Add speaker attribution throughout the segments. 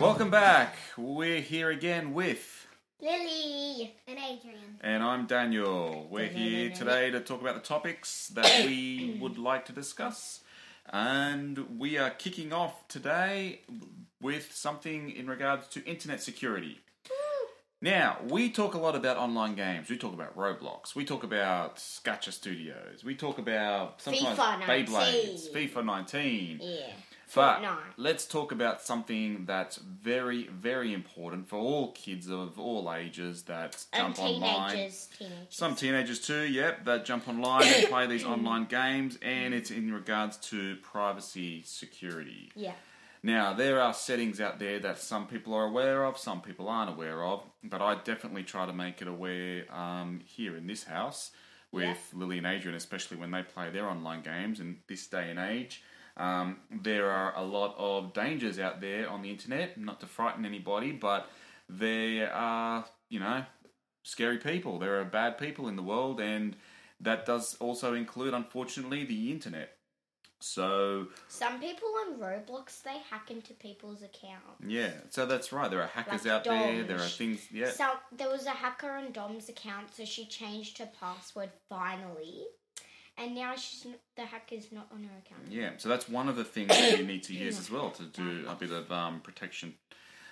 Speaker 1: Welcome back. We're here again with,
Speaker 2: Lily and Adrian.
Speaker 1: and I'm Daniel. We're here today to talk about the topics that we would like to discuss. And we are kicking off today with something in regards to internet security. Now, we talk a lot about online games. We talk about Roblox. We talk about Scatcha Studios. We talk about sometimes
Speaker 2: FIFA 19.
Speaker 1: Beyblades, FIFA 19.
Speaker 2: Yeah.
Speaker 1: But
Speaker 2: Fortnite.
Speaker 1: let's talk about something that's very, very important for all kids of all ages that
Speaker 2: And
Speaker 1: jump online.
Speaker 2: teenagers. Teenagers.
Speaker 1: Some teenagers too, yep, that jump online and play these online games, and it's in regards to privacy security.
Speaker 2: Yeah.
Speaker 1: Now, there are settings out there that some people are aware of, some people aren't aware of, but I definitely try to make it aware um, here in this house with Lily and Adrian, especially when they play their online games in this day and age. Um, there are a lot of dangers out there on the internet, not to frighten anybody, but there are, you know, scary people. There are bad people in the world, and that does also include, unfortunately, the internet. So,
Speaker 2: Some people on Roblox they hack into people's accounts.
Speaker 1: Yeah, so that's right. There are hackers
Speaker 2: Like
Speaker 1: out there.
Speaker 2: Doge.
Speaker 1: There are things. Yeah,
Speaker 2: Some, there was a hacker on Dom's account, so she changed her password finally, and now she's n the hacker's not on her account.
Speaker 1: yeah. So that's one of the things that you need to use as well to do a bit of um, protection.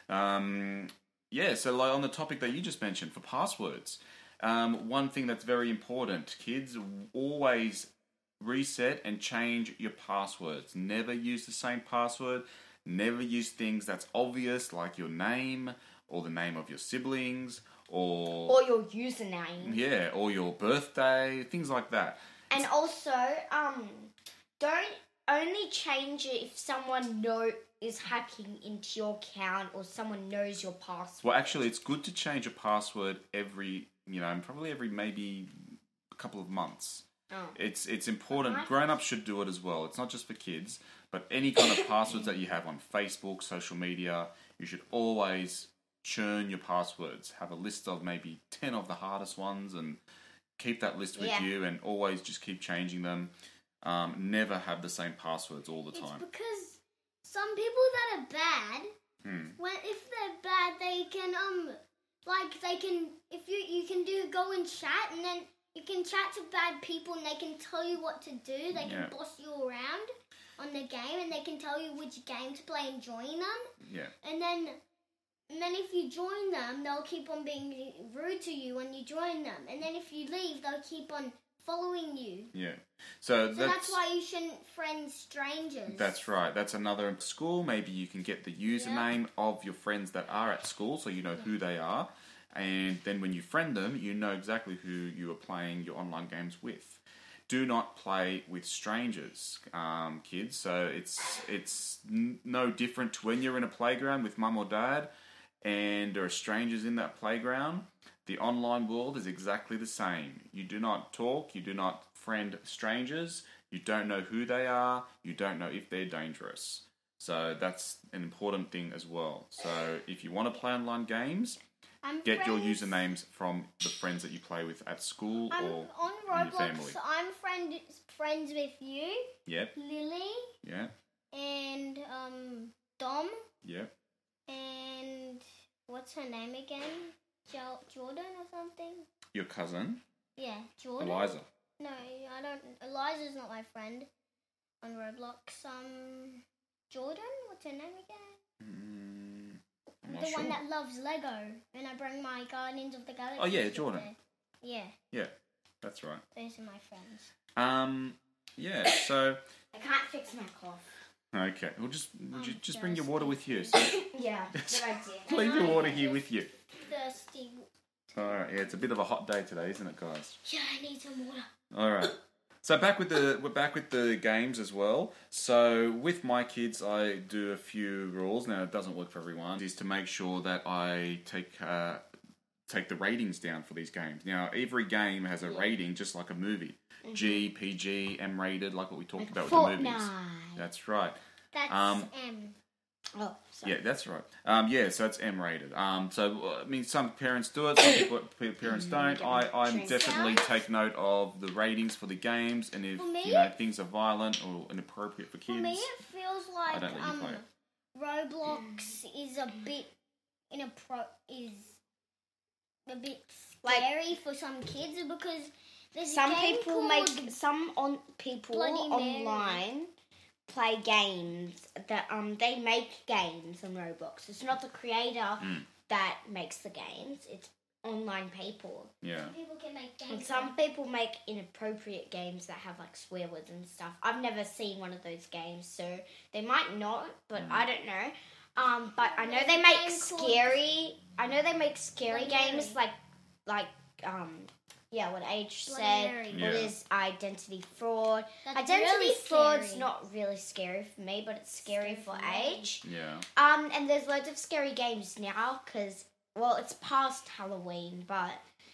Speaker 1: Um, yeah. So like on the topic that you just mentioned for passwords, um, one thing that's very important, kids, always reset and change your passwords. Never use the same password. Never use things that's obvious like your name or the name of your siblings or
Speaker 2: Or your username.
Speaker 1: Yeah, or your birthday, things like that.
Speaker 2: And also, um, don't only change it if someone know is hacking into your account or someone knows your password.
Speaker 1: Well, actually, it's good to change a password every, you know, probably every maybe a couple of months.
Speaker 2: Oh.
Speaker 1: It's it's important.
Speaker 2: Alright.
Speaker 1: Grown ups should do it as well. It's not just for kids, but any kind of passwords that you have on Facebook, social media, you should always churn your passwords. Have a list of maybe ten of the hardest ones, and keep that list with
Speaker 2: Yeah.
Speaker 1: you, and always just keep changing them. Um, never have the same passwords all the time.
Speaker 3: It's because some people that are bad,
Speaker 1: Hmm.
Speaker 3: when if they're bad, they can um, like they can if you you can do go and chat and then you can chat to bad people and they can tell you what to do. They
Speaker 1: Yeah.
Speaker 3: can boss you around on the game and they can tell you which game to play and join them.
Speaker 1: Yeah.
Speaker 3: And then and then if you join them, they'll keep on being rude to you when you join them. And then if you leave, they'll keep on following you.
Speaker 1: Yeah.
Speaker 3: So
Speaker 1: So,
Speaker 3: that's, why you shouldn't friend strangers.
Speaker 1: That's right. That's another school. Maybe you can get the username of your friends that are at school so you know who they are. And then when you friend them, you know exactly who you are playing your online games with. Do not play with strangers, um, kids. So it's it's n- no different to when you're in a playground with mum or dad, and there are strangers in that playground. The online world is exactly the same. You do not talk, you do not friend strangers, you don't know who they are, you don't know if they're dangerous. So that's an important thing as well. So if you want to play online games,
Speaker 3: I'm
Speaker 1: get your
Speaker 3: friends-
Speaker 1: usernames from the friends that you play with at school
Speaker 3: I'm
Speaker 1: or
Speaker 3: on
Speaker 1: in your family.
Speaker 3: Roblox. I'm friend friends with you,
Speaker 1: Yep,
Speaker 3: Lily,
Speaker 1: yeah,
Speaker 3: and um Dom,
Speaker 1: yep.
Speaker 3: and what's her name again? Jo- Jordan or something?
Speaker 1: Your cousin
Speaker 3: Yeah, Jordan.
Speaker 1: Eliza.
Speaker 3: No, I don't. Eliza's not my friend on Roblox. Um, Jordan. What's her name again?
Speaker 1: Mm, I'm not
Speaker 3: the
Speaker 1: sure.
Speaker 3: one that loves Lego, and I bring my Guardians of the Galaxy.
Speaker 1: Oh, yeah,
Speaker 3: with
Speaker 1: Jordan.
Speaker 3: her. Yeah,
Speaker 1: Yeah, that's right.
Speaker 3: those are my friends.
Speaker 1: Um, yeah. So
Speaker 2: I can't fix my cough.
Speaker 1: okay, we'll just we'll ju- just bring your water with you. So
Speaker 2: Yeah, good idea.
Speaker 1: Leave your water here with you.
Speaker 3: Thirsty.
Speaker 1: All right, yeah, it's a bit of a hot day today, isn't it, guys?
Speaker 3: Yeah, I need some water.
Speaker 1: All right. So back with the we're back with the games as well. So with my kids, I do a few rules. Now it doesn't work for everyone. Is to make sure that I take uh, take the ratings down for these games. Now every game has a rating, just like a movie. G, PG, M rated, like what we talked about with the movies.
Speaker 2: Fortnite.
Speaker 1: That's right.
Speaker 3: That's
Speaker 1: Um,
Speaker 3: M.
Speaker 2: Oh, sorry.
Speaker 1: Yeah, that's right. Um, yeah, so it's M rated. Um, so uh, I mean, some parents do it, some people, pe- parents don't. I I
Speaker 2: Drinks.
Speaker 1: definitely take note of the ratings for the games, and if
Speaker 3: For me-
Speaker 1: you know things are violent or inappropriate for
Speaker 3: For me,
Speaker 1: kids.
Speaker 3: it feels
Speaker 1: I
Speaker 3: like
Speaker 1: don't let you
Speaker 3: um,
Speaker 1: play it.
Speaker 3: Roblox is a bit in a pro is a bit
Speaker 2: Like-
Speaker 3: scary for some kids because there's
Speaker 2: Some
Speaker 3: a game
Speaker 2: people
Speaker 3: called,
Speaker 2: make some on people
Speaker 3: Bloody Mary.
Speaker 2: online play games that um they make games on Roblox. It's not the creator
Speaker 1: Mm.
Speaker 2: that makes the games. It's online people.
Speaker 1: Yeah.
Speaker 3: people can make
Speaker 2: And
Speaker 3: games.
Speaker 2: some people make inappropriate games that have like swear words and stuff. I've never seen one of those games, so they might not, but I don't know. Um, but I know
Speaker 3: There's
Speaker 2: they
Speaker 3: a
Speaker 2: make
Speaker 3: game called-
Speaker 2: scary. I know they make scary
Speaker 3: Bloody Mary.
Speaker 2: games like, like um, yeah, what Age
Speaker 3: Bloody
Speaker 2: said.
Speaker 3: Mary.
Speaker 2: Or
Speaker 1: Yeah.
Speaker 2: there's identity fraud.
Speaker 3: That's
Speaker 2: identity
Speaker 3: really
Speaker 2: fraud's
Speaker 3: scary.
Speaker 2: not really scary for me, but it's scary,
Speaker 3: Scary
Speaker 2: for
Speaker 3: for me.
Speaker 2: Age.
Speaker 1: Yeah.
Speaker 2: Um, and there's loads of scary games now because, well, it's past Halloween, but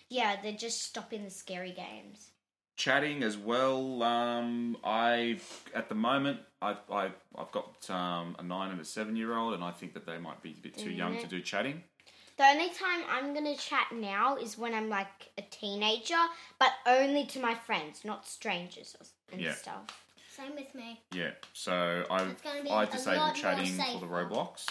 Speaker 2: yeah, they're just stopping the scary games.
Speaker 1: Chatting as well. Um, I at the moment I've I've, I've got um, a nine and a seven year old, and I think that they might be a bit too young
Speaker 3: Mm-hmm.
Speaker 1: to do chatting.
Speaker 2: The only time I'm gonna chat now is when I'm like a teenager, but only to my friends, not strangers or, and
Speaker 1: Yeah.
Speaker 2: stuff.
Speaker 3: Same with me.
Speaker 1: Yeah. So I
Speaker 3: It's gonna be
Speaker 1: I
Speaker 3: a lot
Speaker 1: disabled
Speaker 3: more
Speaker 1: chatting for
Speaker 3: safer.
Speaker 1: the Roblox,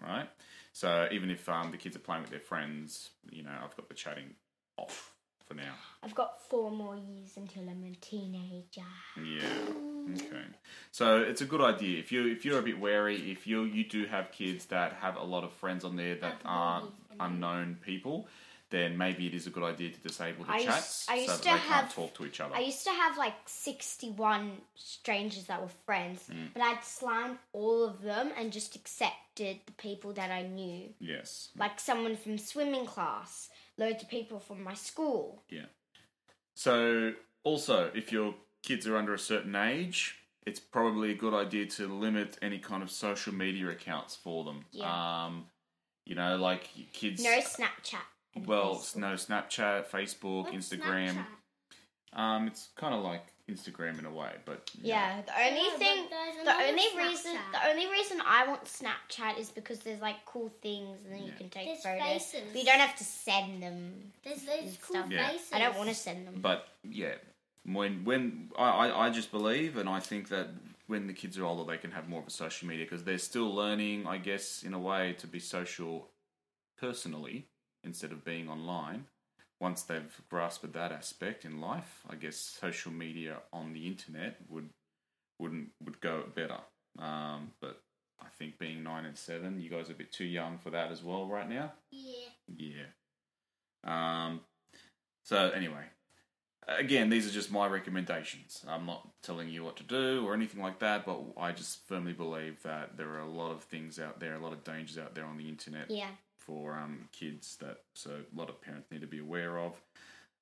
Speaker 1: right? So even if um, the kids are playing with their friends, you know, I've got the chatting off for now.
Speaker 2: I've got four more years until I'm a teenager.
Speaker 1: Yeah. Okay. So it's a good idea if you if you're a bit wary if you you do have kids that have a lot of friends on there that aren't unknown people, then maybe it is a good idea to disable the
Speaker 2: I used-
Speaker 1: chats
Speaker 2: I
Speaker 1: so
Speaker 2: used
Speaker 1: that
Speaker 2: to
Speaker 1: they can't
Speaker 2: have-
Speaker 1: talk to each other.
Speaker 2: I used to have like 61 strangers that were friends, but I'd slimed all of them and just accepted the people that I knew.
Speaker 1: yes.
Speaker 2: Like someone from swimming class, loads of people from my school.
Speaker 1: Yeah. So also, if your kids are under a certain age, it's probably a good idea to limit any kind of social media accounts for them.
Speaker 2: Yeah.
Speaker 1: Um, you know, like your kids.
Speaker 2: No Snapchat. and
Speaker 1: well,
Speaker 2: Facebook.
Speaker 1: no Snapchat, Facebook,
Speaker 3: What's
Speaker 1: Instagram.
Speaker 3: Snapchat?
Speaker 1: Um, it's kind of like Instagram in a way, but you know.
Speaker 2: Yeah, the only
Speaker 3: Yeah, but
Speaker 2: thing,
Speaker 3: there's
Speaker 2: the
Speaker 3: another
Speaker 2: only reason,
Speaker 3: Snapchat.
Speaker 2: the only reason I want Snapchat is because there's like cool things and then you
Speaker 1: Yeah.
Speaker 2: can take
Speaker 3: There's
Speaker 2: photos.
Speaker 3: faces.
Speaker 2: But you don't have to send them.
Speaker 3: There's those
Speaker 2: and
Speaker 3: cool
Speaker 2: stuff.
Speaker 1: Yeah.
Speaker 3: faces.
Speaker 2: I don't want to send them.
Speaker 1: But yeah, when when I, I I just believe, and I think that when the kids are older, they can have more of a social media because they're still learning, I guess, in a way, to be social personally instead of being online. Once they've grasped that aspect in life, I guess social media on the internet would wouldn't would go better. Um, but I think being nine and seven, you guys are a bit too young for that as well right now.
Speaker 3: Yeah.
Speaker 1: Yeah. Um. So anyway, again, these are just my recommendations. I'm not telling you what to do or anything like that, but I just firmly believe that there are a lot of things out there, a lot of dangers out there on the internet
Speaker 2: Yeah,
Speaker 1: for um kids that so a lot of parents need to be aware of.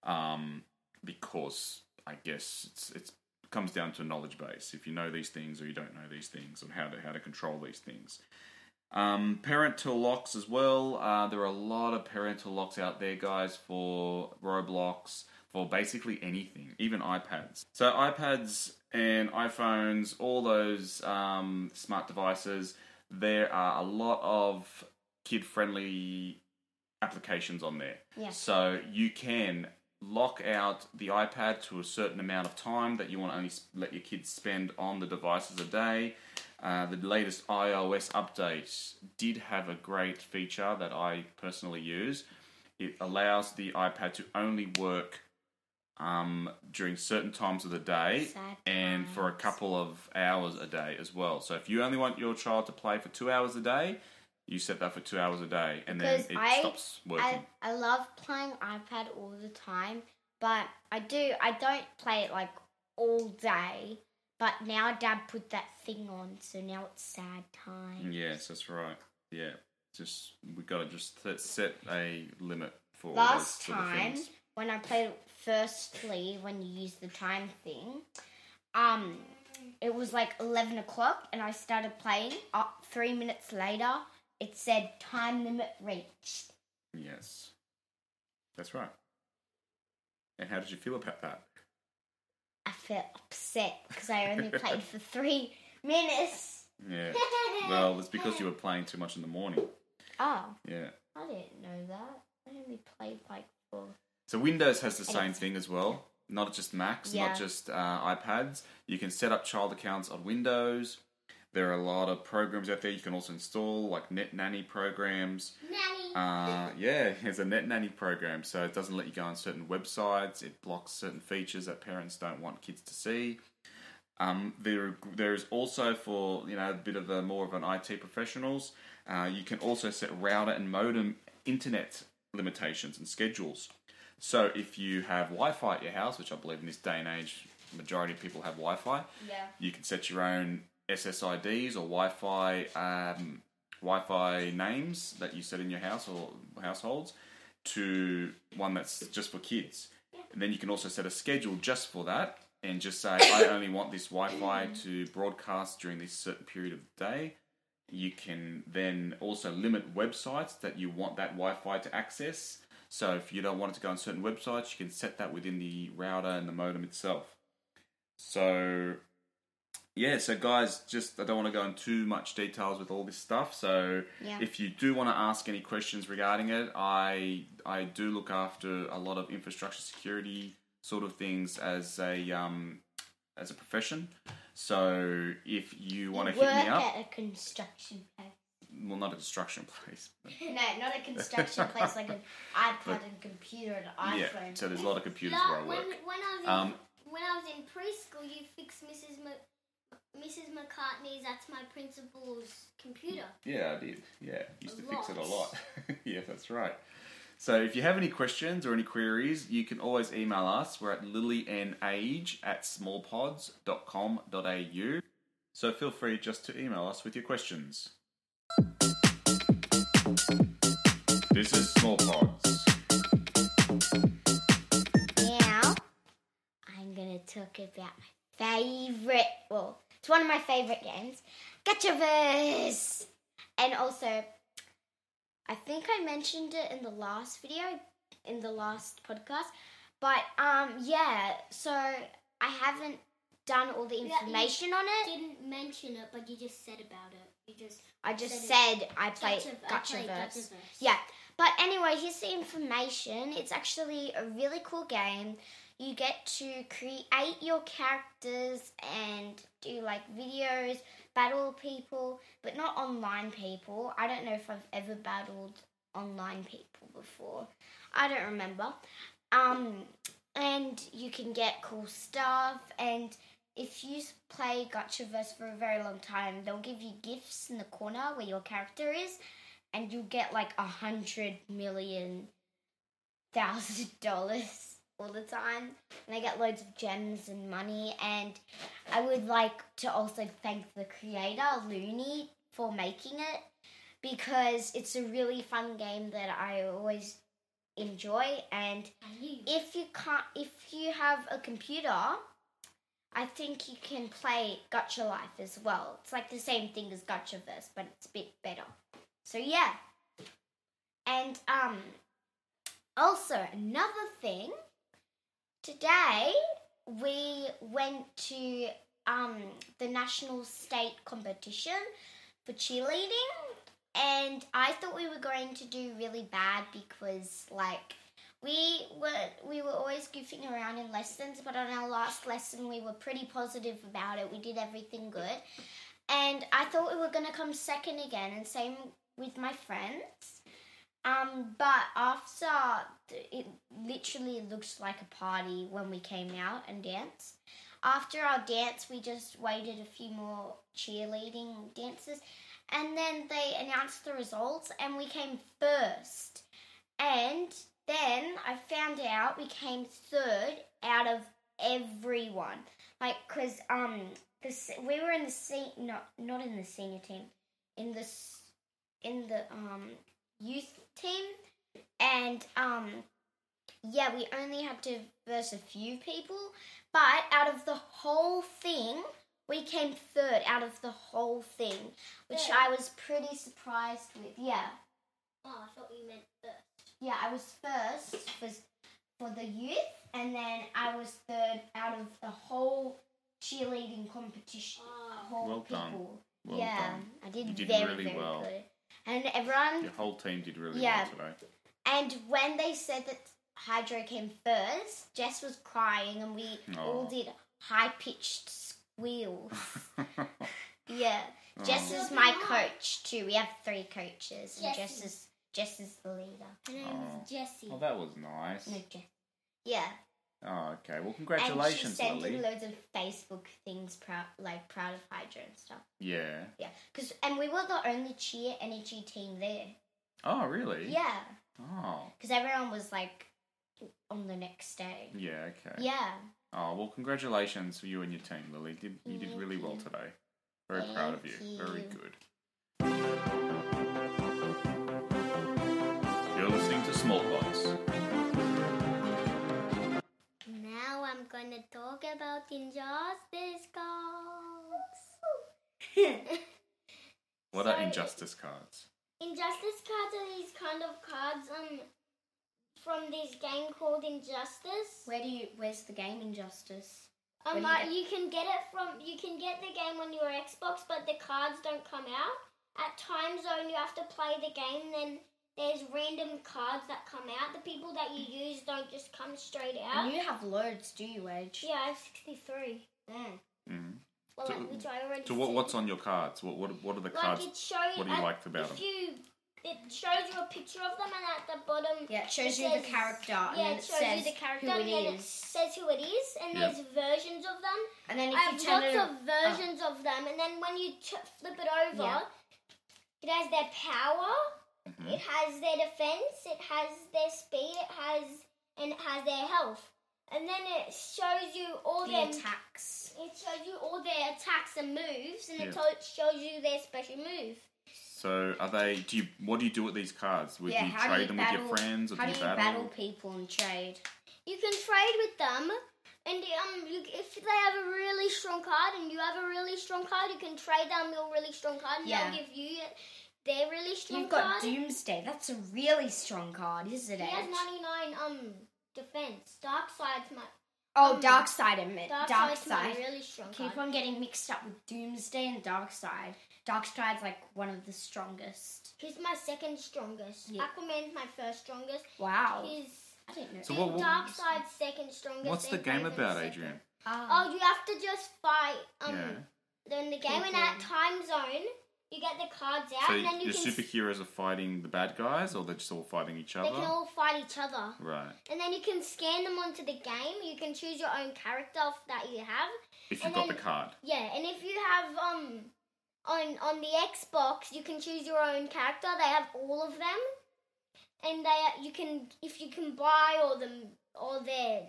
Speaker 1: Um, because I guess it's it's it comes down to a knowledge base. If you know these things or you don't know these things, and how to how to control these things. Um, parental locks as well. Uh, there are a lot of parental locks out there, guys, for Roblox, for basically anything, even iPads. So iPads and iPhones, all those um, smart devices, there are a lot of kid-friendly applications on there.
Speaker 2: Yeah.
Speaker 1: So you can lock out the iPad to a certain amount of time that you want to only s- let your kids spend on the devices a day. Uh, the latest iOS update did have a great feature that I personally use. It allows the iPad to only work um, during certain times of the day
Speaker 2: Sad
Speaker 1: and for a couple of hours a day as well. So if you only want your child to play for two hours a day, you set that for two hours a day, and
Speaker 2: Because
Speaker 1: then it
Speaker 2: I-
Speaker 1: stops working.
Speaker 2: I I love playing iPad all the time, but I do I don't play it like all day. But now Dad put that thing on, so now it's sad time.
Speaker 1: Yes, that's right. Yeah, just we got to just set, set a limit for all
Speaker 2: Last
Speaker 1: those sort of
Speaker 2: time
Speaker 1: things.
Speaker 2: when I played it firstly when you use the time thing, um it was like eleven o'clock and I started playing. Uh, three minutes later it said time limit reached.
Speaker 1: Yes, that's right. And how did you feel about that?
Speaker 2: I felt upset because I only played for three minutes.
Speaker 1: Yeah. Well, it's because you were playing too much in the morning.
Speaker 2: Oh.
Speaker 1: Yeah.
Speaker 2: I didn't know that. I only played like for.
Speaker 1: So Windows has the same
Speaker 2: it's-
Speaker 1: thing as well. Not just Macs,
Speaker 2: Yeah.
Speaker 1: not just uh, iPads. You can set up child accounts on Windows. There are a lot of programs out there you can also install, like Net Nanny programs.
Speaker 3: Nanny.
Speaker 1: Uh, yeah, there's a Net Nanny program, so it doesn't let you go on certain websites. It blocks certain features that parents don't want kids to see. Um, there, there is also for you know a bit of a more of an IT professionals. Uh, you can also set router and modem internet limitations and schedules. So if you have Wi-Fi at your house, which I believe in this day and age, majority of people have Wi-Fi.
Speaker 2: Yeah.
Speaker 1: You can set your own SSIDs or Wi-Fi um, Wi-Fi names that you set in your house or households to one that's just for kids. And then you can also set a schedule just for that and just say, I only want this Wi-Fi to broadcast during this certain period of the day. You can then also limit websites that you want that Wi-Fi to access. So if you don't want it to go on certain websites, you can set that within the router and the modem itself. So yeah, so guys, just I don't want to go into too much details with all this stuff. So
Speaker 2: Yeah.
Speaker 1: if you do want to ask any questions regarding it, I I do look after a lot of infrastructure security sort of things as a um as a profession. So if you want to
Speaker 2: work
Speaker 1: hit me up,
Speaker 2: at a construction place.
Speaker 1: well, not a construction place, but
Speaker 2: No, not a construction place like an iPad and computer and
Speaker 1: yeah.
Speaker 2: iPhone.
Speaker 1: So there's a lot of computers where I
Speaker 3: Like,
Speaker 1: work.
Speaker 3: when, when I was in,
Speaker 1: Um,
Speaker 3: when I was in preschool, you fixed Mrs. Mc- Mrs. McCartney's. That's my principal's computer.
Speaker 1: Yeah, I did. Yeah, used to fix it a lot.
Speaker 3: lot.
Speaker 1: yeah, that's right. So if you have any questions or any queries, you can always email us. We're at lilyandage at smallpods.com.au. So feel free just to email us with your questions. This is Small Pods.
Speaker 2: Now, I'm going to talk about my favorite, well, it's one of my favorite games, Gutchaverse. And also, I think I mentioned it in the last video, in the last podcast, but um, yeah, so I haven't done all the
Speaker 3: you-
Speaker 2: information on it.
Speaker 3: Didn't mention it, but you just said about it. You just
Speaker 2: I just
Speaker 3: said
Speaker 2: said I play
Speaker 3: Gotcha- I play
Speaker 2: Gotchaverse.
Speaker 3: Gotchaverse.
Speaker 2: Yeah. But anyway, here's the information. It's actually a really cool game. You get to create your characters and do like videos, battle people, but not online people. I don't know if I've ever battled online people before. I don't remember. Um, and you can get cool stuff. And if you s- play Gotchaverse for a very long time, they'll give you gifts in the corner where your character is, and you get like a hundred million thousand dollars all the time. And I get loads of gems and money. And I would like to also thank the creator, Looney, for making it because it's a really fun game that I always enjoy and
Speaker 3: I knew. you-
Speaker 2: if you can't if you have a computer i think you can play gotcha life as well it's like the same thing as gotcha verse but it's a bit better so yeah and um also another thing today we went to um the national state competition for cheerleading and i thought we were going to do really bad because like we were we were always goofing around in lessons, but on our last lesson we were pretty positive about it. We did everything good, and I thought we were gonna come second again, and same with my friends. Um, but after th- it literally looked like a party when we came out and danced. After our dance, we just waited a few more cheerleading dances, and then they announced the results, and we came first. And then I found out we came third out of everyone. Like, cause um, the se- we were in the se- not not in the senior team, in the s- in the um youth team, and um, yeah, we only had to verse a few people, but out of the whole thing, we came third out of the whole thing, which
Speaker 3: Third?
Speaker 2: I was pretty surprised with. Yeah.
Speaker 3: Oh, I thought you meant Earth.
Speaker 2: Yeah, I was first for, for the youth, and then I was third out of the whole cheerleading competition.
Speaker 3: Oh.
Speaker 2: Whole
Speaker 1: Well
Speaker 2: people.
Speaker 1: done. Well
Speaker 2: yeah,
Speaker 1: done.
Speaker 2: I did,
Speaker 1: You did
Speaker 2: very,
Speaker 1: really
Speaker 2: very
Speaker 1: well.
Speaker 2: good. And everyone,
Speaker 1: Your whole team did really
Speaker 2: Yeah.
Speaker 1: well today.
Speaker 2: and when they said that Hydro came first, Jess was crying, and we all
Speaker 1: Aw.
Speaker 2: did high pitched squeals. Yeah. Jess is my coach too. We have three coaches, and Jess
Speaker 3: Jessie.
Speaker 2: is Jess is the leader.
Speaker 3: Her name is Jessie.
Speaker 1: Well, Oh, that was nice.
Speaker 2: No, Jess. Yeah.
Speaker 1: Oh, okay. Well,
Speaker 2: And she
Speaker 1: congratulations,
Speaker 2: sent
Speaker 1: Lily.
Speaker 2: him loads of Facebook things, proud like proud of Hydra and stuff.
Speaker 1: Yeah.
Speaker 2: Yeah, cause and we were the only cheer energy team there.
Speaker 1: Oh, really?
Speaker 2: Yeah,
Speaker 1: Oh,
Speaker 2: cause everyone was like on the next day.
Speaker 1: yeah. Okay.
Speaker 2: Yeah,
Speaker 1: Oh, well, congratulations for you and your team, Lily. Did, you did really well today. Very proud of you.
Speaker 2: Thank
Speaker 1: Very
Speaker 2: you.
Speaker 1: good. You're listening to Small Box.
Speaker 3: Now I'm gonna talk about injustice cards.
Speaker 1: What are
Speaker 3: Sorry.
Speaker 1: injustice cards?
Speaker 3: injustice cards are these kind of cards um from this game called Injustice.
Speaker 2: where do you? Where's the game injustice?
Speaker 3: Um,
Speaker 2: where do you
Speaker 3: uh,
Speaker 2: get-
Speaker 3: you can get it from you can get the game on your Xbox, but the cards don't come out. At time zone, you have to play the game. Then there's random cards that come out. The people that you use don't just come straight out.
Speaker 2: And you have loads, do you, Edge?
Speaker 3: Yeah, I have 63.
Speaker 2: Mm.
Speaker 1: Mhm.
Speaker 3: Well,
Speaker 1: So-
Speaker 3: like, which I already
Speaker 1: So, what,
Speaker 3: said.
Speaker 1: what's on your cards? What, what, what are the
Speaker 3: like
Speaker 1: cards?
Speaker 3: it shows.
Speaker 1: what do you
Speaker 3: at-
Speaker 1: liked about
Speaker 3: if
Speaker 1: them?
Speaker 3: You, it shows you a picture of them, and at the bottom,
Speaker 2: Yeah, it shows
Speaker 3: It
Speaker 2: you the
Speaker 3: says-
Speaker 2: character, and
Speaker 3: yeah,
Speaker 2: then
Speaker 3: it
Speaker 2: it
Speaker 3: shows
Speaker 2: says
Speaker 3: you the character,
Speaker 2: who
Speaker 3: and then
Speaker 2: it
Speaker 3: it
Speaker 2: is.
Speaker 3: says who it is, and
Speaker 1: Yep.
Speaker 3: there's versions of them.
Speaker 2: And then
Speaker 3: I
Speaker 2: if you Oh.
Speaker 3: have
Speaker 2: turn
Speaker 3: lots
Speaker 2: it,
Speaker 3: of versions of them, and then when you t- flip it over,
Speaker 2: Yeah. Mm-hmm.
Speaker 3: it has their power,
Speaker 1: Mhm.
Speaker 3: it has their defense, it has their speed, it has and it has their health, and then it shows you all their.
Speaker 2: the attacks.
Speaker 3: it shows you all their attacks and moves, and
Speaker 1: Yeah.
Speaker 3: it to- shows you their special move.
Speaker 1: So, are they? Do you? What do you do with these cards? Would
Speaker 2: yeah,
Speaker 1: you
Speaker 2: how
Speaker 1: trade
Speaker 2: do you
Speaker 1: them
Speaker 2: battle,
Speaker 1: with your friends, or
Speaker 2: How
Speaker 1: do
Speaker 2: do
Speaker 1: you
Speaker 2: you
Speaker 1: battle?
Speaker 2: people and trade?
Speaker 3: You can trade with them, and um, you, if they have a really strong card and you have a really strong card, you can trade them your really strong card, and
Speaker 2: Yeah.
Speaker 3: they'll give you their really strong
Speaker 2: You've got
Speaker 3: card.
Speaker 2: Doomsday. That's a really strong card, isn't it?
Speaker 3: He has
Speaker 2: Edge?
Speaker 3: 99 um defense. Dark side's my
Speaker 2: Oh,
Speaker 3: um,
Speaker 2: Dark Side, admit.
Speaker 3: dark,
Speaker 2: Dark,
Speaker 3: side's
Speaker 2: Side.
Speaker 3: my really strong
Speaker 2: Keep
Speaker 3: card.
Speaker 2: on getting mixed up with Doomsday and Dark Side. Dark Side's like one of the strongest.
Speaker 3: He's my second strongest.
Speaker 2: Yeah.
Speaker 3: Aquaman's my first strongest.
Speaker 2: Wow.
Speaker 3: He's
Speaker 2: I didn't know.
Speaker 1: So what- what-
Speaker 3: Dark side's second strongest.
Speaker 1: What's the
Speaker 3: and
Speaker 1: game
Speaker 3: Raven's
Speaker 1: about,
Speaker 3: second.
Speaker 1: Adrian?
Speaker 2: Ah.
Speaker 3: Oh, you have to just fight um
Speaker 1: Yeah.
Speaker 3: then the game and
Speaker 2: People.
Speaker 3: at time zone you get the cards out
Speaker 1: So
Speaker 3: and then you
Speaker 1: your
Speaker 3: can s-
Speaker 1: superheroes are fighting the bad guys, or they're just all fighting each
Speaker 3: they
Speaker 1: other?
Speaker 3: can all fight each other.
Speaker 1: Right.
Speaker 3: And then you can scan them onto the game. You can choose your own character that you have.
Speaker 1: If you've
Speaker 3: And
Speaker 1: got the
Speaker 3: then-
Speaker 1: card.
Speaker 3: Yeah, and if you have um on on the Xbox, you can choose your own character. They have all of them, and they you can if you can buy all them all their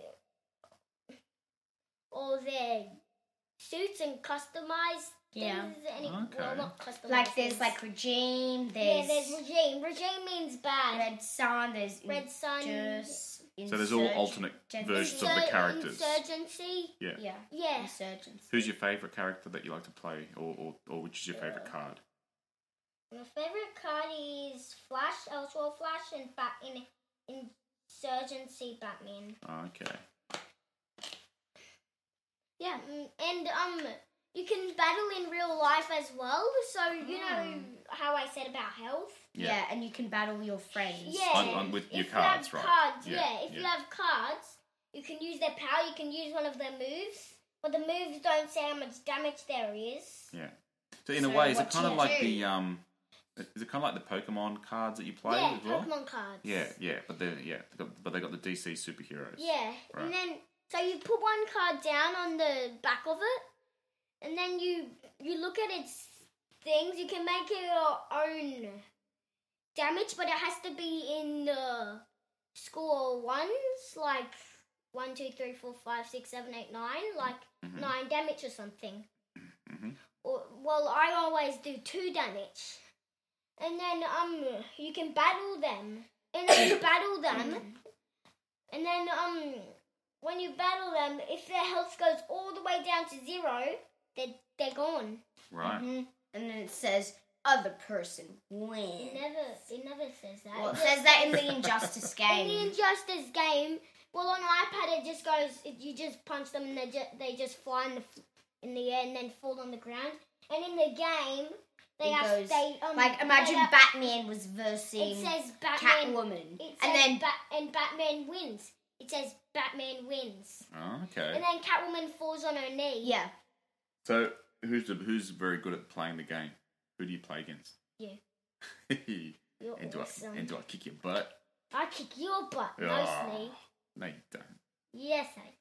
Speaker 3: all their suits and customize
Speaker 2: Yeah.
Speaker 3: things. Any,
Speaker 1: Okay.
Speaker 3: well, not customize
Speaker 2: oh. Like there's
Speaker 3: things.
Speaker 2: like Regime,
Speaker 3: yeah,
Speaker 2: there's,
Speaker 3: there's regime. Regime means bad.
Speaker 2: Red Sun, there's
Speaker 3: Red Sun.
Speaker 2: Insurgence,
Speaker 1: So there's all
Speaker 2: Insurg-
Speaker 1: alternate
Speaker 2: Gen-
Speaker 1: versions of the
Speaker 3: Insur-
Speaker 1: characters.
Speaker 3: Insurgency.
Speaker 1: Yeah.
Speaker 2: Yeah.
Speaker 3: Yeah.
Speaker 2: Insurgence.
Speaker 1: Who's your favourite character that you like to play, or, or, or which is your favourite card?
Speaker 3: My favorite card is Flash, Elseworld Flash, and Bat in Insurgency Batman.
Speaker 1: Oh, okay.
Speaker 3: Yeah, mm, and um, you can battle in real life as well. So you know how I said about health.
Speaker 1: Yeah.
Speaker 2: Yeah. and you can battle your friends.
Speaker 3: Yeah,
Speaker 1: On- on with your
Speaker 3: if
Speaker 1: cards,
Speaker 3: you have
Speaker 1: right.
Speaker 3: Cards,
Speaker 1: Yeah,
Speaker 3: yeah, If you
Speaker 1: yeah.
Speaker 3: have cards, you can use their power. You can use one of their moves, but the moves don't say how much damage there is.
Speaker 1: Yeah. So in a
Speaker 2: So
Speaker 1: way, is it
Speaker 2: what do
Speaker 1: kind of
Speaker 2: you
Speaker 1: like
Speaker 2: do?
Speaker 1: the um, is it kind of like the Pokemon cards that you play
Speaker 3: yeah,
Speaker 1: as well?
Speaker 3: Pokemon cards.
Speaker 1: Yeah, yeah, but they yeah, they got, but they got the DC superheroes.
Speaker 3: Yeah,
Speaker 1: Right.
Speaker 3: and then so you put one card down on the back of it, and then you you look at its things. You can make it your own damage, but it has to be in the score ones, like one, two, three, four, five, six, seven, eight, nine, like
Speaker 1: Mm-hmm.
Speaker 3: nine damage or something.
Speaker 1: Mhm.
Speaker 3: Or well, I always do two damage, and then um you can battle them, and then you battle
Speaker 2: Mm-hmm.
Speaker 3: them. And then um when you battle them, if their health goes all the way down to zero, they they're gone.
Speaker 1: Right.
Speaker 3: Mm-hmm.
Speaker 2: hmm And then it says other person wins.
Speaker 3: It never it never says that.
Speaker 2: Well, it says that in the Injustice
Speaker 3: in the
Speaker 2: game.
Speaker 3: Injustice game, well on iPad it just goes it, you just punch them and they just they just fly in the f- in the air and then fall on the ground. And in the game, they
Speaker 2: It
Speaker 3: have
Speaker 2: goes,
Speaker 3: they um
Speaker 2: like, imagine
Speaker 3: they have-
Speaker 2: Batman was
Speaker 3: it
Speaker 2: versing
Speaker 3: says Batman
Speaker 2: Catwoman.
Speaker 3: It says
Speaker 2: And then,
Speaker 3: Bat- and Batman wins. It says Batman wins.
Speaker 1: Oh,
Speaker 3: And
Speaker 1: okay.
Speaker 3: then Catwoman falls on her knee.
Speaker 2: yeah.
Speaker 1: So who's the, who's very good at playing the game? Who do you play against?
Speaker 3: You.
Speaker 1: and
Speaker 3: You're
Speaker 1: do
Speaker 3: awesome.
Speaker 1: I and do I kick your butt?
Speaker 3: I kick your butt,
Speaker 1: Ah.
Speaker 3: mostly.
Speaker 1: No, you don't.
Speaker 3: Yes, I.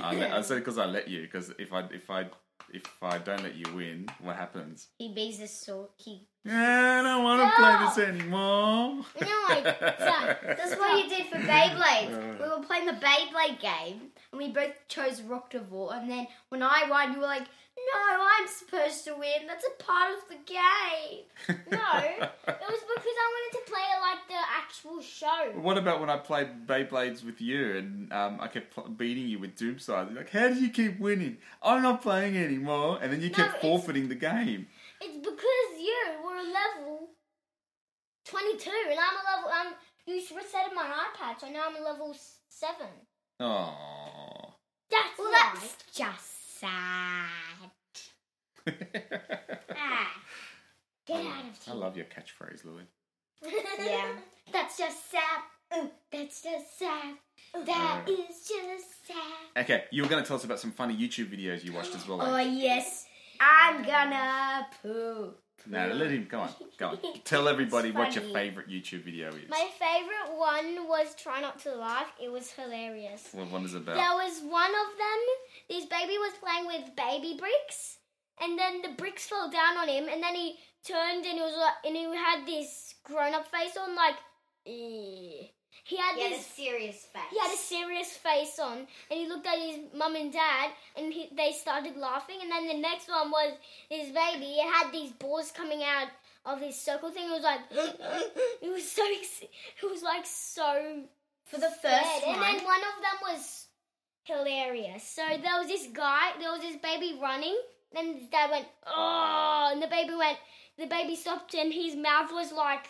Speaker 1: I, let, I said because I let you. Because if I if I if I don't let you win, what happens?
Speaker 2: He beats us so he.
Speaker 1: Yeah, I don't want to
Speaker 3: No.
Speaker 1: play this anymore.
Speaker 2: No, I. So, that's what you did for Beyblades. We were playing the Beyblade game, and we both chose Rock to War. And then when I won, you were like, "No, I'm supposed to win. That's a part of the game."
Speaker 3: No, it was because I wanted to play it like the actual show.
Speaker 1: What about when I played Beyblades with you and um, I kept pl- beating you with Doomside? You're Like, how do you keep winning? I'm not playing anymore. And then you kept
Speaker 3: it's-
Speaker 1: forfeiting the game.
Speaker 3: It's because you were a level 22 and I'm a level. I'm, you resetted my iPad, so now I'm a level 7.
Speaker 1: Oh.
Speaker 3: Ah, That's
Speaker 2: Well,
Speaker 3: why.
Speaker 2: that's just sad.
Speaker 3: Ah. Get out of
Speaker 1: I
Speaker 3: here.
Speaker 1: love your catchphrase, Louis.
Speaker 2: Yeah.
Speaker 3: That's just sad. Ooh, that's just sad. That is just sad.
Speaker 1: Okay, you were going to tell us about some funny YouTube videos you watched as well.
Speaker 2: Oh
Speaker 1: eh?
Speaker 2: yes, I'm gonna poo.
Speaker 1: No, let him. Go on. Go on. Tell everybody what your
Speaker 2: funny.
Speaker 1: favourite YouTube video is.
Speaker 3: My favorite one was Try Not to Laugh. It was hilarious.
Speaker 1: What one is it about?
Speaker 3: There was one of them. This baby was playing with baby bricks, and then the bricks fell down on him, and then he turned and he was like, and he had this grown-up face on, like, eh. he had
Speaker 2: Yeah, the
Speaker 3: this.
Speaker 2: serious face.
Speaker 3: He had a serious face on, and he looked at his mum and dad, and he, they started laughing. And then the next one was his baby. It had these balls coming out of this circle thing. It was like, it was so, ex- it was like so
Speaker 2: for the
Speaker 3: Good.
Speaker 2: first
Speaker 3: And
Speaker 2: one.
Speaker 3: then one of them was hilarious. So there was this guy, there was this baby running, and his dad went, oh, and the baby went, the baby stopped, and his mouth was like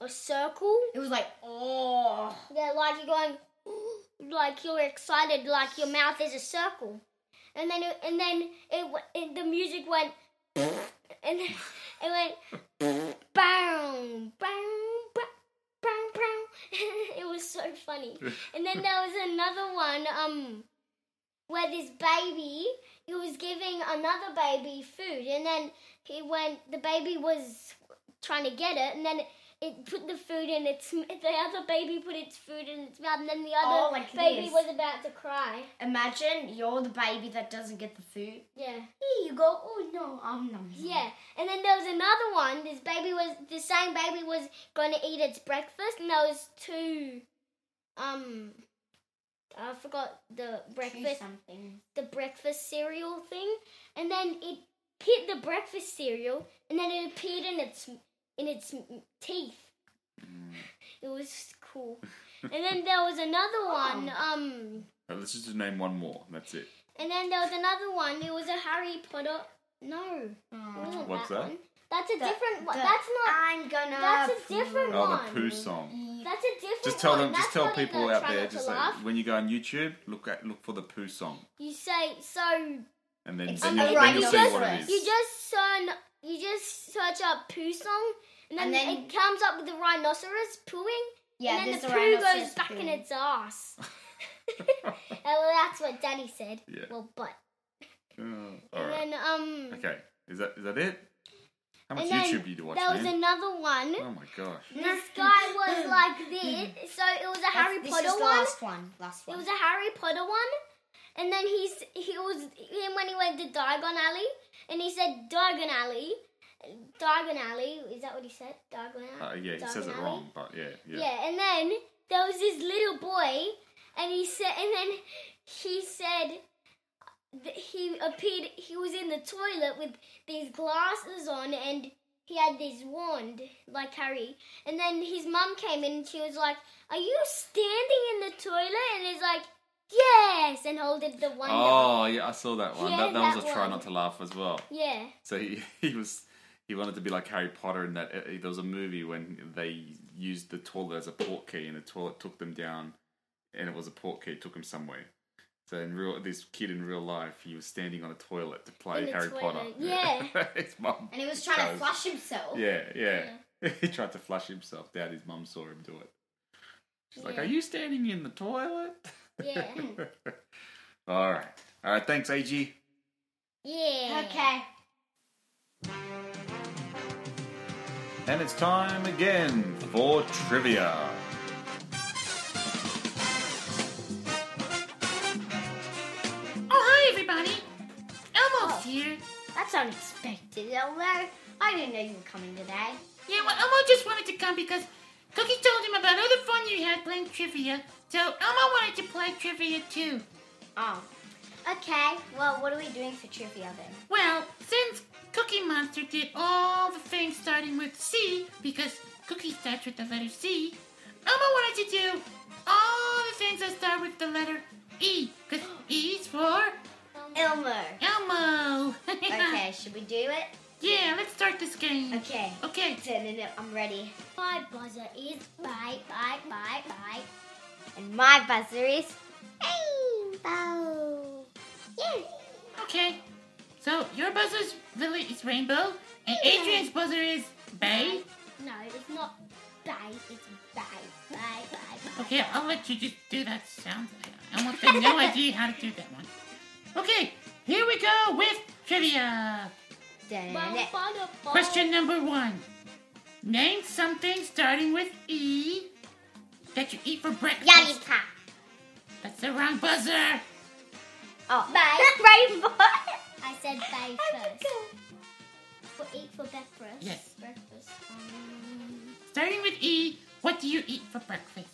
Speaker 3: a circle.
Speaker 2: It was like, oh.
Speaker 3: Yeah, like you're going, like you're excited, like your mouth is a circle. And then, it, and then it, w- and the music went, and then it went, bang, bang, bang, bang, bang. it was so funny. And then there was another one, um, where this baby, he was giving another baby food, and then he went, the baby was trying to get it, and then it put the food in its, m- the other baby put its food in its mouth, and then the other
Speaker 2: Oh, like
Speaker 3: baby
Speaker 2: this.
Speaker 3: was about to cry.
Speaker 2: Imagine you're the baby that doesn't get the food.
Speaker 3: Yeah.
Speaker 2: Here you go. Oh no, I'm not.
Speaker 3: Yeah, and then there was another one. This baby was the same baby was going to eat its breakfast, and there was two, um, I forgot the breakfast,
Speaker 2: something.
Speaker 3: the breakfast cereal thing, and then it hit the breakfast cereal, and then it appeared in its in its m- teeth.
Speaker 2: Mm.
Speaker 3: It was cool, and then there was another
Speaker 2: Oh.
Speaker 3: one. Um,
Speaker 1: Oh, let's just name one more. That's it.
Speaker 3: and then there was another one. It was a Harry Potter. No, it wasn't
Speaker 1: What's that?
Speaker 3: That's a
Speaker 2: Mm. The-
Speaker 3: different one.
Speaker 2: the-
Speaker 3: That's not.
Speaker 2: I'm gonna.
Speaker 3: That's a
Speaker 2: poo.
Speaker 3: different-
Speaker 1: Oh, the
Speaker 3: One.
Speaker 1: poo song.
Speaker 2: Yeah.
Speaker 3: That's a different.
Speaker 1: Just tell
Speaker 3: one.
Speaker 1: them. Just
Speaker 3: That's
Speaker 1: tell
Speaker 3: not in
Speaker 1: people
Speaker 3: the
Speaker 1: out
Speaker 3: Try
Speaker 1: there.
Speaker 3: Not to
Speaker 1: Just like,
Speaker 3: Laugh.
Speaker 1: when you go on YouTube, look at look for the poo song,
Speaker 3: you say so.
Speaker 1: and then,
Speaker 2: It's
Speaker 1: then,
Speaker 2: on
Speaker 1: you,
Speaker 2: the
Speaker 1: then
Speaker 2: right
Speaker 1: you'll
Speaker 2: of
Speaker 1: see
Speaker 2: the
Speaker 1: what it is.
Speaker 2: list.
Speaker 3: You just search. You just search up poo song, and then,
Speaker 2: And then-
Speaker 3: it comes up with the rhinoceros pooing, and
Speaker 2: Yeah,
Speaker 3: then
Speaker 2: there's
Speaker 3: the
Speaker 2: a
Speaker 3: poo
Speaker 2: rhinoceros
Speaker 3: goes back in
Speaker 2: poo.
Speaker 3: its ass. and well, that's what Daddy said.
Speaker 1: Yeah.
Speaker 3: Well, but
Speaker 1: Oh,
Speaker 3: and
Speaker 1: all right.
Speaker 3: then um,
Speaker 1: Okay. Is that is that it? How much
Speaker 3: and then
Speaker 1: YouTube do you watch,
Speaker 3: there was
Speaker 1: man?
Speaker 3: another one.
Speaker 1: Oh my gosh.
Speaker 3: This guy was like this, so it was a Harry
Speaker 2: That's-
Speaker 3: Potter
Speaker 2: this is the
Speaker 3: one.
Speaker 2: last one.
Speaker 3: It
Speaker 2: Last one.
Speaker 3: was a Harry Potter one, and then he's he was him when he went to Diagon Alley, and he said Diagon Alley, Diagon Alley. Is that what he said? Diagon Alley.
Speaker 1: Uh, yeah, he
Speaker 3: Diagon
Speaker 1: says it
Speaker 3: Alley?
Speaker 1: wrong, but yeah,
Speaker 3: Yeah.
Speaker 1: yeah.
Speaker 3: and then there was this little boy, and he said, and then he said that he appeared. He was in the toilet with these glasses on, and he had this wand like Harry. And then his mum came in, and she was like, "Are you standing in the toilet?" And he's like, "Yes," and holded the wand. up.
Speaker 1: Oh yeah, I saw that one.
Speaker 3: Yeah,
Speaker 1: that, that, was
Speaker 3: that
Speaker 1: a try
Speaker 3: one.
Speaker 1: not to laugh as well.
Speaker 3: Yeah.
Speaker 1: So he, he was he wanted to be like Harry Potter in that uh, there was a movie when they used the toilet as a port key and the toilet took them down and it was a port key took him somewhere. So in real this kid in real life he was standing on a toilet to
Speaker 3: In
Speaker 1: play
Speaker 3: the
Speaker 1: Harry
Speaker 3: toilet,
Speaker 1: Potter. his mum.
Speaker 2: and he was trying to
Speaker 1: chose-
Speaker 2: flush himself.
Speaker 1: Yeah, yeah. he tried to flush himself down. His mum saw him do it. She's like,
Speaker 3: Yeah.
Speaker 1: "Are you standing in the toilet?"
Speaker 3: Yeah.
Speaker 1: All right, all right. Thanks, AG.
Speaker 3: Yeah.
Speaker 2: Okay.
Speaker 1: And it's time again for trivia.
Speaker 4: Oh, hi, everybody. Elmo's here.
Speaker 2: That's unexpected, Elmo. I didn't know you were coming today.
Speaker 4: Yeah, well, Elmo just wanted to come because Cookie told him about all the fun you had playing trivia. So Elmo wanted to play trivia too.
Speaker 2: Oh. Okay, well, what are we doing for trivia then?
Speaker 4: Well, since Cookie Monster did all the things starting with C, because Cookie starts with the letter C, Elmo wanted to do all the things that start with the letter E, because E's for
Speaker 2: Elmo.
Speaker 4: Elmo.
Speaker 2: Okay, should we do it?
Speaker 4: yeah, let's start this game.
Speaker 2: Okay.
Speaker 4: Okay.
Speaker 2: So, no, no, I'm ready.
Speaker 3: My buzzer is bye, bye, bye, bye.
Speaker 2: And my buzzer is rainbow. Yay!
Speaker 4: Okay. So your buzzer's Lily is rainbow, and Adrian's buzzer is bay.
Speaker 3: No, it's not bye, it's bye, bye, bye, bye.
Speaker 4: Okay, I'll let you just do that sound. I almost have no idea how to do that one. Okay, here we go with trivia.
Speaker 2: Dun-dun-dun.
Speaker 4: Question number one. Name something starting with E that you eat for breakfast.
Speaker 2: Yummy cat.
Speaker 4: That's the wrong buzzer.
Speaker 2: Oh.
Speaker 3: Bye.
Speaker 2: Rainbow.
Speaker 3: I said
Speaker 4: Oh
Speaker 3: bye first. For eat for breakfast.
Speaker 4: Yes.
Speaker 3: Breakfast. Um,
Speaker 4: Starting with E, what do you eat for breakfast?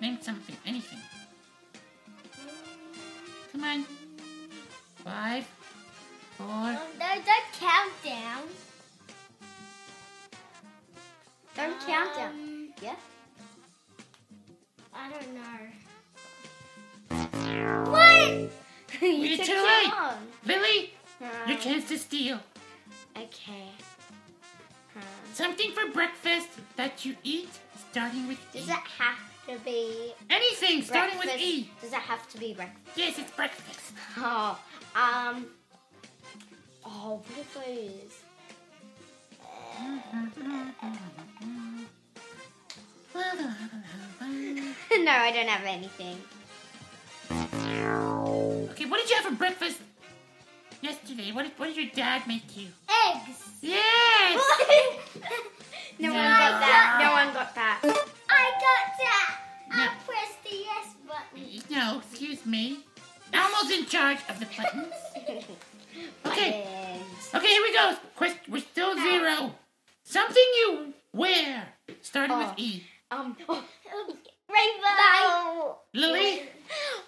Speaker 4: Name something, anything. Come on. Five, four,
Speaker 3: um, no, don't count down.
Speaker 2: Don't count them.
Speaker 3: Um,
Speaker 2: Yeah?
Speaker 3: I don't know. What?
Speaker 2: you
Speaker 4: You're
Speaker 2: took
Speaker 4: too
Speaker 2: your
Speaker 4: late.
Speaker 2: own.
Speaker 4: Lily, your
Speaker 3: Uh,
Speaker 2: Huh.
Speaker 4: chance to steal.
Speaker 2: Okay.
Speaker 3: Uh,
Speaker 2: Huh.
Speaker 4: Something for breakfast that you eat starting with E.
Speaker 2: Does it have to be
Speaker 4: Anything starting
Speaker 2: breakfast?
Speaker 4: with E.
Speaker 2: Does it have to be breakfast?
Speaker 4: Yes, it's breakfast.
Speaker 2: Oh, um. Oh, what are those?
Speaker 4: okay,
Speaker 2: no, I don't have anything.
Speaker 4: what did you have for breakfast yesterday? What did, what did your dad make you?
Speaker 3: Eggs.
Speaker 4: Yes!
Speaker 2: No one got that. No one got that.
Speaker 3: I got that.
Speaker 4: No.
Speaker 3: I
Speaker 2: uh,
Speaker 3: pressed the yes button.
Speaker 4: No, excuse me. Elmo's in charge of the buttons. Okay.
Speaker 2: Buttons.
Speaker 4: Okay, here we go. Quest- we're still zero. Something you wear, starting
Speaker 2: Oh.
Speaker 4: with E.
Speaker 2: Um. Oh,
Speaker 3: Rainbow.
Speaker 4: Lily,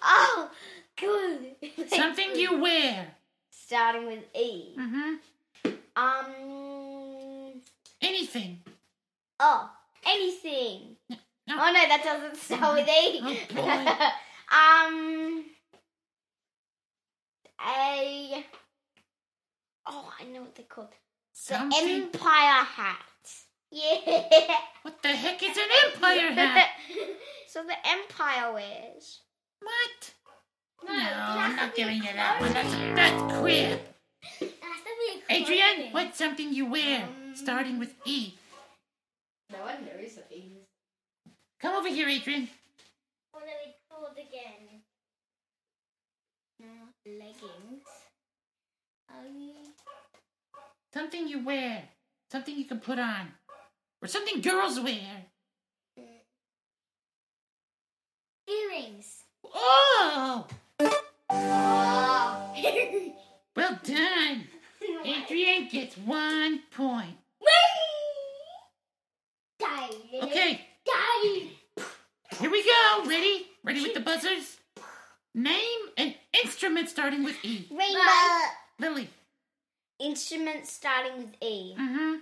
Speaker 2: oh good.
Speaker 4: something you wear.
Speaker 2: Starting with E.
Speaker 4: Mm-hmm.
Speaker 2: Um.
Speaker 4: Anything.
Speaker 2: Oh, anything.
Speaker 4: No.
Speaker 2: Oh no, that doesn't start with E.
Speaker 4: Oh, boy.
Speaker 2: um. A. Oh, I know what they're called. The
Speaker 4: Something.
Speaker 2: Empire Hat. Yeah.
Speaker 4: What the heck is an empire hat?
Speaker 2: so the Empire wears.
Speaker 4: What?
Speaker 3: No,
Speaker 4: No,
Speaker 3: that's
Speaker 4: I'm not giving you that one. That's, that's queer.
Speaker 3: That's the big
Speaker 4: Adrian,
Speaker 3: clothing.
Speaker 4: what's something you wear, starting with E?
Speaker 2: No one knows what E is.
Speaker 4: Come over here, Adrian.
Speaker 3: What are we called again? No, leggings. Um,
Speaker 4: Something you wear. Something you can put on. Or something girls wear.
Speaker 3: earrings.
Speaker 4: Oh!
Speaker 2: Oh.
Speaker 4: Well done. Adrian gets one point.
Speaker 2: E.
Speaker 3: Diamond.
Speaker 4: Okay,
Speaker 3: Diamond.
Speaker 4: here we go. Ready? Ready with the buzzers? Name an instrument starting with E.
Speaker 2: Rainbow.
Speaker 4: Lily.
Speaker 2: Instrument starting with E.
Speaker 4: Mm-hmm.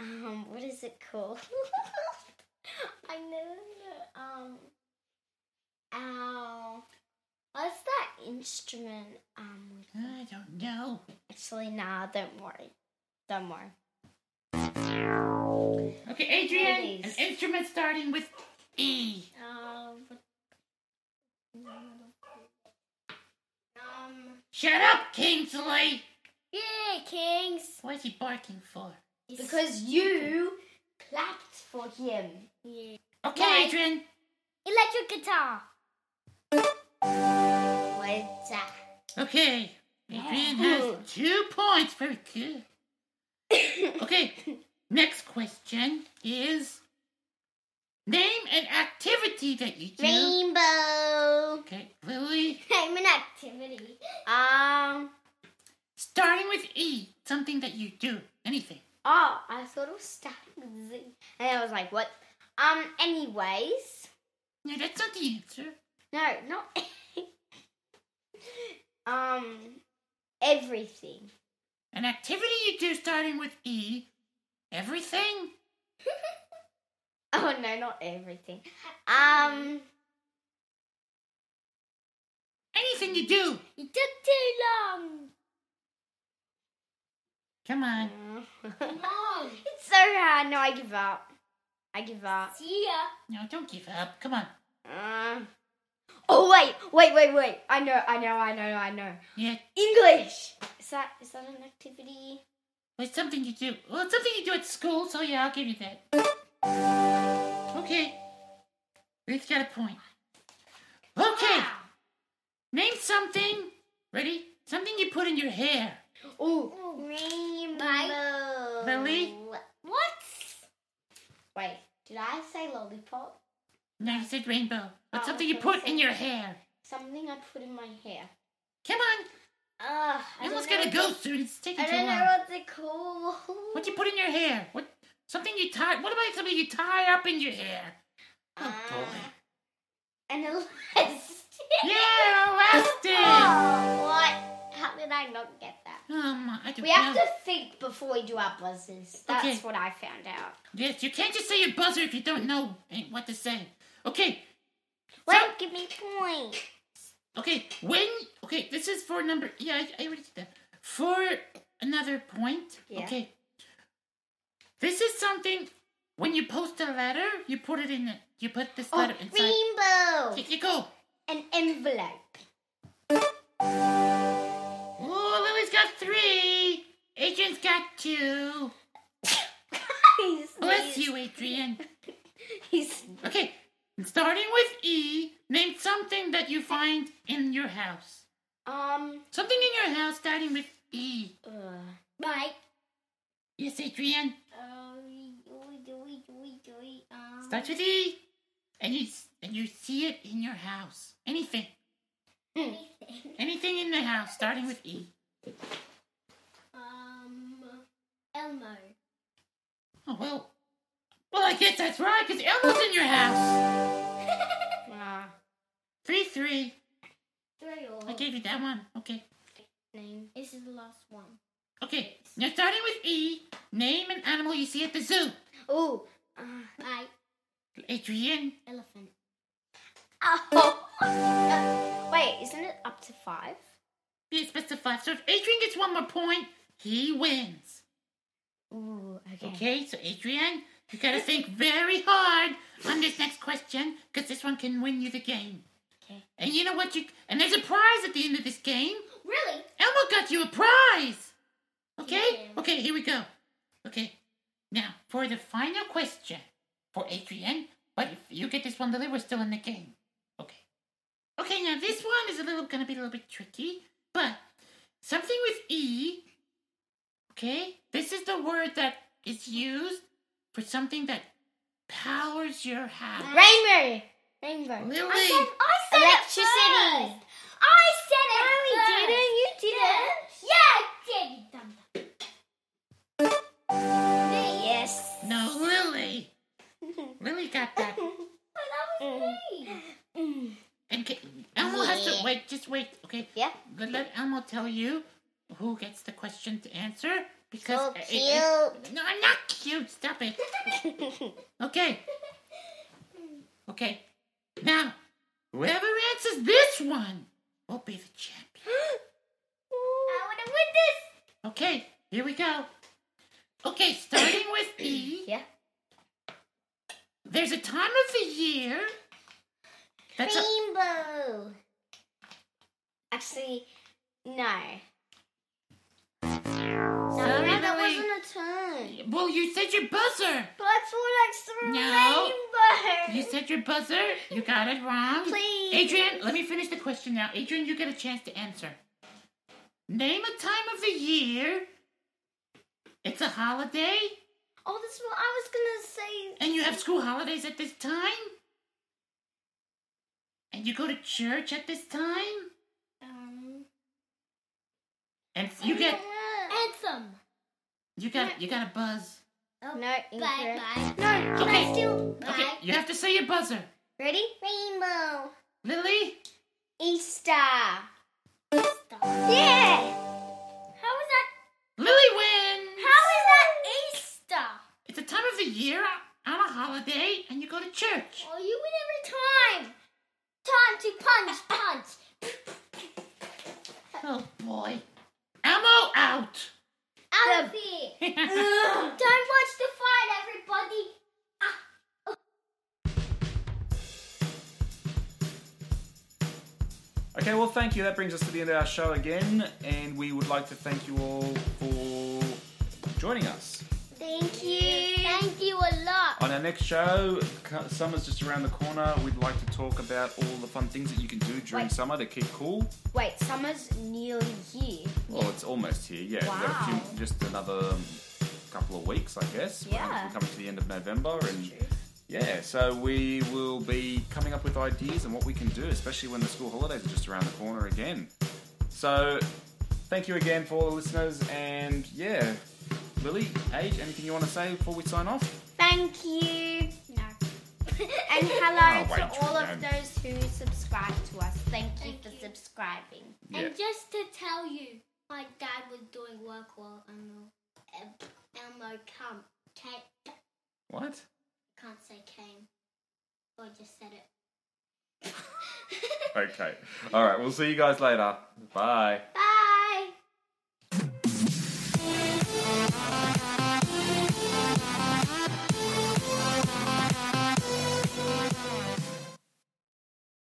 Speaker 2: Um, what is it called? I never know. Um, ow. uh, What's that instrument? Um,
Speaker 4: I don't know.
Speaker 2: actually, nah, don't worry. Don't worry.
Speaker 4: Okay, Adrian, an
Speaker 2: Ladies.
Speaker 4: instrument starting with E.
Speaker 3: Um, um,
Speaker 4: Shut up, Kingsley.
Speaker 3: yeah, kings.
Speaker 4: What is he barking for?
Speaker 2: Because you clapped for him.
Speaker 3: Yeah.
Speaker 4: Okay,
Speaker 3: Yay.
Speaker 4: Adrian.
Speaker 3: Electric guitar.
Speaker 2: What's that?
Speaker 4: Okay. Adrian has two points. Very good. Okay. Next question is Name an activity that you do.
Speaker 2: Rainbow.
Speaker 4: Okay, Lily.
Speaker 3: I'm an activity.
Speaker 2: Um.
Speaker 4: Starting with E, something that you do, anything.
Speaker 2: Oh, I thought it was starting Z, and I was like, what? Um. Anyways,
Speaker 4: No, that's not the answer.
Speaker 2: no, not. um. Everything.
Speaker 4: An activity you do starting with E, everything.
Speaker 2: Oh no, not everything. Um.
Speaker 4: Anything you do.
Speaker 3: You took too long.
Speaker 4: Come on.
Speaker 2: it's
Speaker 3: Long.
Speaker 2: so hard. No, I give up. I give up.
Speaker 3: See ya.
Speaker 4: No, don't give up. Come on.
Speaker 2: Uh, oh wait, wait, wait, wait. I know, I know, I know, I know.
Speaker 4: Yeah,
Speaker 2: English. Is that is that an activity?
Speaker 4: it's something you do. Well, it's something you do at school, so yeah, I'll give you that. Okay. Ruth got a point. Okay. Name something. Ready? Something you put in your hair.
Speaker 2: Ooh,
Speaker 3: Ooh.
Speaker 2: rainbow.
Speaker 4: Lily?
Speaker 3: What?
Speaker 2: Wait, did I say lollipop?
Speaker 4: No, I said rainbow. But
Speaker 2: Oh,
Speaker 4: something you
Speaker 2: okay,
Speaker 4: put
Speaker 2: so-
Speaker 4: in your hair.
Speaker 2: Something I put in my hair.
Speaker 4: Come on.
Speaker 2: Ugh, I
Speaker 4: I almost
Speaker 2: don't
Speaker 4: got
Speaker 2: know
Speaker 4: to
Speaker 2: what-
Speaker 4: go soon. It's taking
Speaker 2: I
Speaker 4: too
Speaker 2: don't know
Speaker 4: long.
Speaker 2: what they're called.
Speaker 4: What do you put in your hair? What? Something you tie. What about something you tie up in your hair? Oh, boy.
Speaker 2: Ah, An elastic.
Speaker 4: Yeah, elastic.
Speaker 2: Oh, what? How did I not get that?
Speaker 4: Um, I don't
Speaker 2: We have
Speaker 4: know.
Speaker 2: to think before we do our buzzers. That's
Speaker 4: Okay.
Speaker 2: what I found out.
Speaker 4: Yes, you can't just say your buzzer if you don't know eh, what to say. Okay,
Speaker 2: Wait,
Speaker 4: So-
Speaker 2: give me point.
Speaker 4: okay. When okay, this is for number. Yeah, I, I already did that. For another point.
Speaker 2: Yeah.
Speaker 4: Okay. This is something. When you post a letter, you put it in. the- You put
Speaker 2: Oh,
Speaker 4: this letter inside.
Speaker 2: rainbow.
Speaker 4: Here you go.
Speaker 2: An envelope.
Speaker 4: Oh, Lily's got three. Adrian's got two.
Speaker 2: He
Speaker 4: Bless
Speaker 2: sneezed.
Speaker 4: you, Adrian.
Speaker 2: He sneezed.
Speaker 4: Okay, starting with E, name something that you find in your house.
Speaker 2: Um.
Speaker 4: Something in your house starting with E.
Speaker 2: Uh,
Speaker 3: Right.
Speaker 4: Yes, Adrian.
Speaker 3: Uh, we- we- we- we- we- um,
Speaker 4: Starts with E, and you and you see it in your house. Anything,
Speaker 3: anything.
Speaker 4: anything in the house starting with E.
Speaker 3: Um, Elmo.
Speaker 4: Oh well, well I guess that's right because Elmo's in your house.
Speaker 2: uh,
Speaker 4: Three three.
Speaker 3: Three or
Speaker 4: I gave you that one. Okay,
Speaker 2: name.
Speaker 3: This is the last one.
Speaker 4: okay. Now starting with E, name an animal you see at the zoo.
Speaker 2: Oh.
Speaker 3: Right.
Speaker 4: Adrian.
Speaker 3: Elephant.
Speaker 2: Oh. Wait, isn't it up to five?
Speaker 4: Be specified. So if Adrian gets one more point, he wins.
Speaker 2: Ooh. Okay.
Speaker 4: Okay, so Adrian, you gotta think very hard on this next question because this one can win you the game.
Speaker 2: Okay.
Speaker 4: And you know what? You and there's a prize at the end of this game.
Speaker 3: Really?
Speaker 4: Elmo got you a prize. Okay.
Speaker 3: Yeah.
Speaker 4: Okay. Here we go. Okay. Now for the final question for Adrian, but if you get this one, Lily, we're still in the game. Okay. Okay. Now this one is a little gonna be a little bit tricky, but something with E. Okay. This is the word that is used for something that powers your house.
Speaker 2: Rainbow. Rainbow.
Speaker 4: Lily.
Speaker 3: I said, I said it
Speaker 2: Electricity.
Speaker 3: first. I said it
Speaker 2: You
Speaker 3: first.
Speaker 2: did it. You did it.
Speaker 3: Yeah, I did. You dumb dumb. Me.
Speaker 2: Yes.
Speaker 4: No, Lily. Lily got that.
Speaker 3: But that was
Speaker 2: Mm.
Speaker 3: me.
Speaker 2: Mm.
Speaker 4: And ca Elmo has to
Speaker 2: Yeah.
Speaker 4: wait. Just wait. Okay.
Speaker 2: Yeah.
Speaker 4: But let Elmo tell you who gets the question to answer because
Speaker 2: So
Speaker 4: it- it-
Speaker 2: cute.
Speaker 4: no, I'm not cute. Stop it. Okay. Okay. Now, whoever answers this one will be the champion.
Speaker 3: I want to win this.
Speaker 4: Okay. Here we go. Okay, starting with E.
Speaker 2: yeah.
Speaker 4: There's a time of the year. That's a,
Speaker 2: Rainbow. Actually, no.
Speaker 4: Sorry,
Speaker 2: no, that
Speaker 4: Lily.
Speaker 2: wasn't a turn.
Speaker 4: well, you said your buzzer.
Speaker 2: But I feel like some
Speaker 4: No.
Speaker 2: rainbow.
Speaker 4: You said your buzzer. You got it wrong.
Speaker 2: Please.
Speaker 4: Adrian, let me finish the question now. Adrian, you get a chance to answer. Name a time of the year. It's a holiday.
Speaker 3: Oh, this is what I was gonna say.
Speaker 4: And you have school holidays at this time? And you go to church at this time?
Speaker 3: Um,
Speaker 4: And you get
Speaker 3: anthem.
Speaker 4: you got you got a buzz.
Speaker 3: Oh,
Speaker 2: No,
Speaker 3: bye
Speaker 2: incorrect.
Speaker 3: bye. No, can I
Speaker 4: Okay.
Speaker 3: still
Speaker 4: Okay,
Speaker 3: bye?
Speaker 4: you have to say your buzzer.
Speaker 2: Ready?
Speaker 3: Rainbow.
Speaker 4: Lily?
Speaker 2: Easter.
Speaker 3: Stop. How is
Speaker 2: Yeah.
Speaker 3: that?
Speaker 4: Lily wins!
Speaker 3: How is that Easter?
Speaker 4: It's a time of the year on a holiday and you go to church.
Speaker 3: Oh, you win every time. Time to punch, punch.
Speaker 4: Oh boy. Elmo out!
Speaker 3: Out of here. Don't watch the fight, everybody.
Speaker 1: Okay, well, thank you. That brings us to the end of our show again, and we would like to thank you all for joining us.
Speaker 3: Thank you. Thank you a lot.
Speaker 1: On our next show, cu- summer's just around the corner. We'd like to talk about all the fun things that you can do during
Speaker 2: Wait.
Speaker 1: summer to keep cool.
Speaker 2: Wait, summer's nearly here.
Speaker 1: Well, it's almost here, yeah. We've got a few-
Speaker 2: Wow.
Speaker 1: just another um, couple of weeks, I guess. We're-
Speaker 2: Yeah.
Speaker 1: We're coming to the end of November, and yeah, so we will be coming up with ideas and what we can do, especially when the school holidays are just around the corner again. So, thank you again for all the listeners, and yeah, Lily, Age, anything you want to say before we sign off?
Speaker 2: Thank you. No. And
Speaker 1: Oh,
Speaker 2: hello
Speaker 1: wait,
Speaker 2: to all
Speaker 1: Jordan.
Speaker 2: of those who subscribe to us. Thank you
Speaker 3: Thank
Speaker 2: for
Speaker 3: you.
Speaker 2: subscribing.
Speaker 1: Yeah.
Speaker 3: And just to tell you, my dad was doing work while Elmo, Elmo come, came,
Speaker 1: What?
Speaker 3: can't say came. Or just said it.
Speaker 1: Okay. All right, we'll see you guys later. Bye.
Speaker 3: Bye.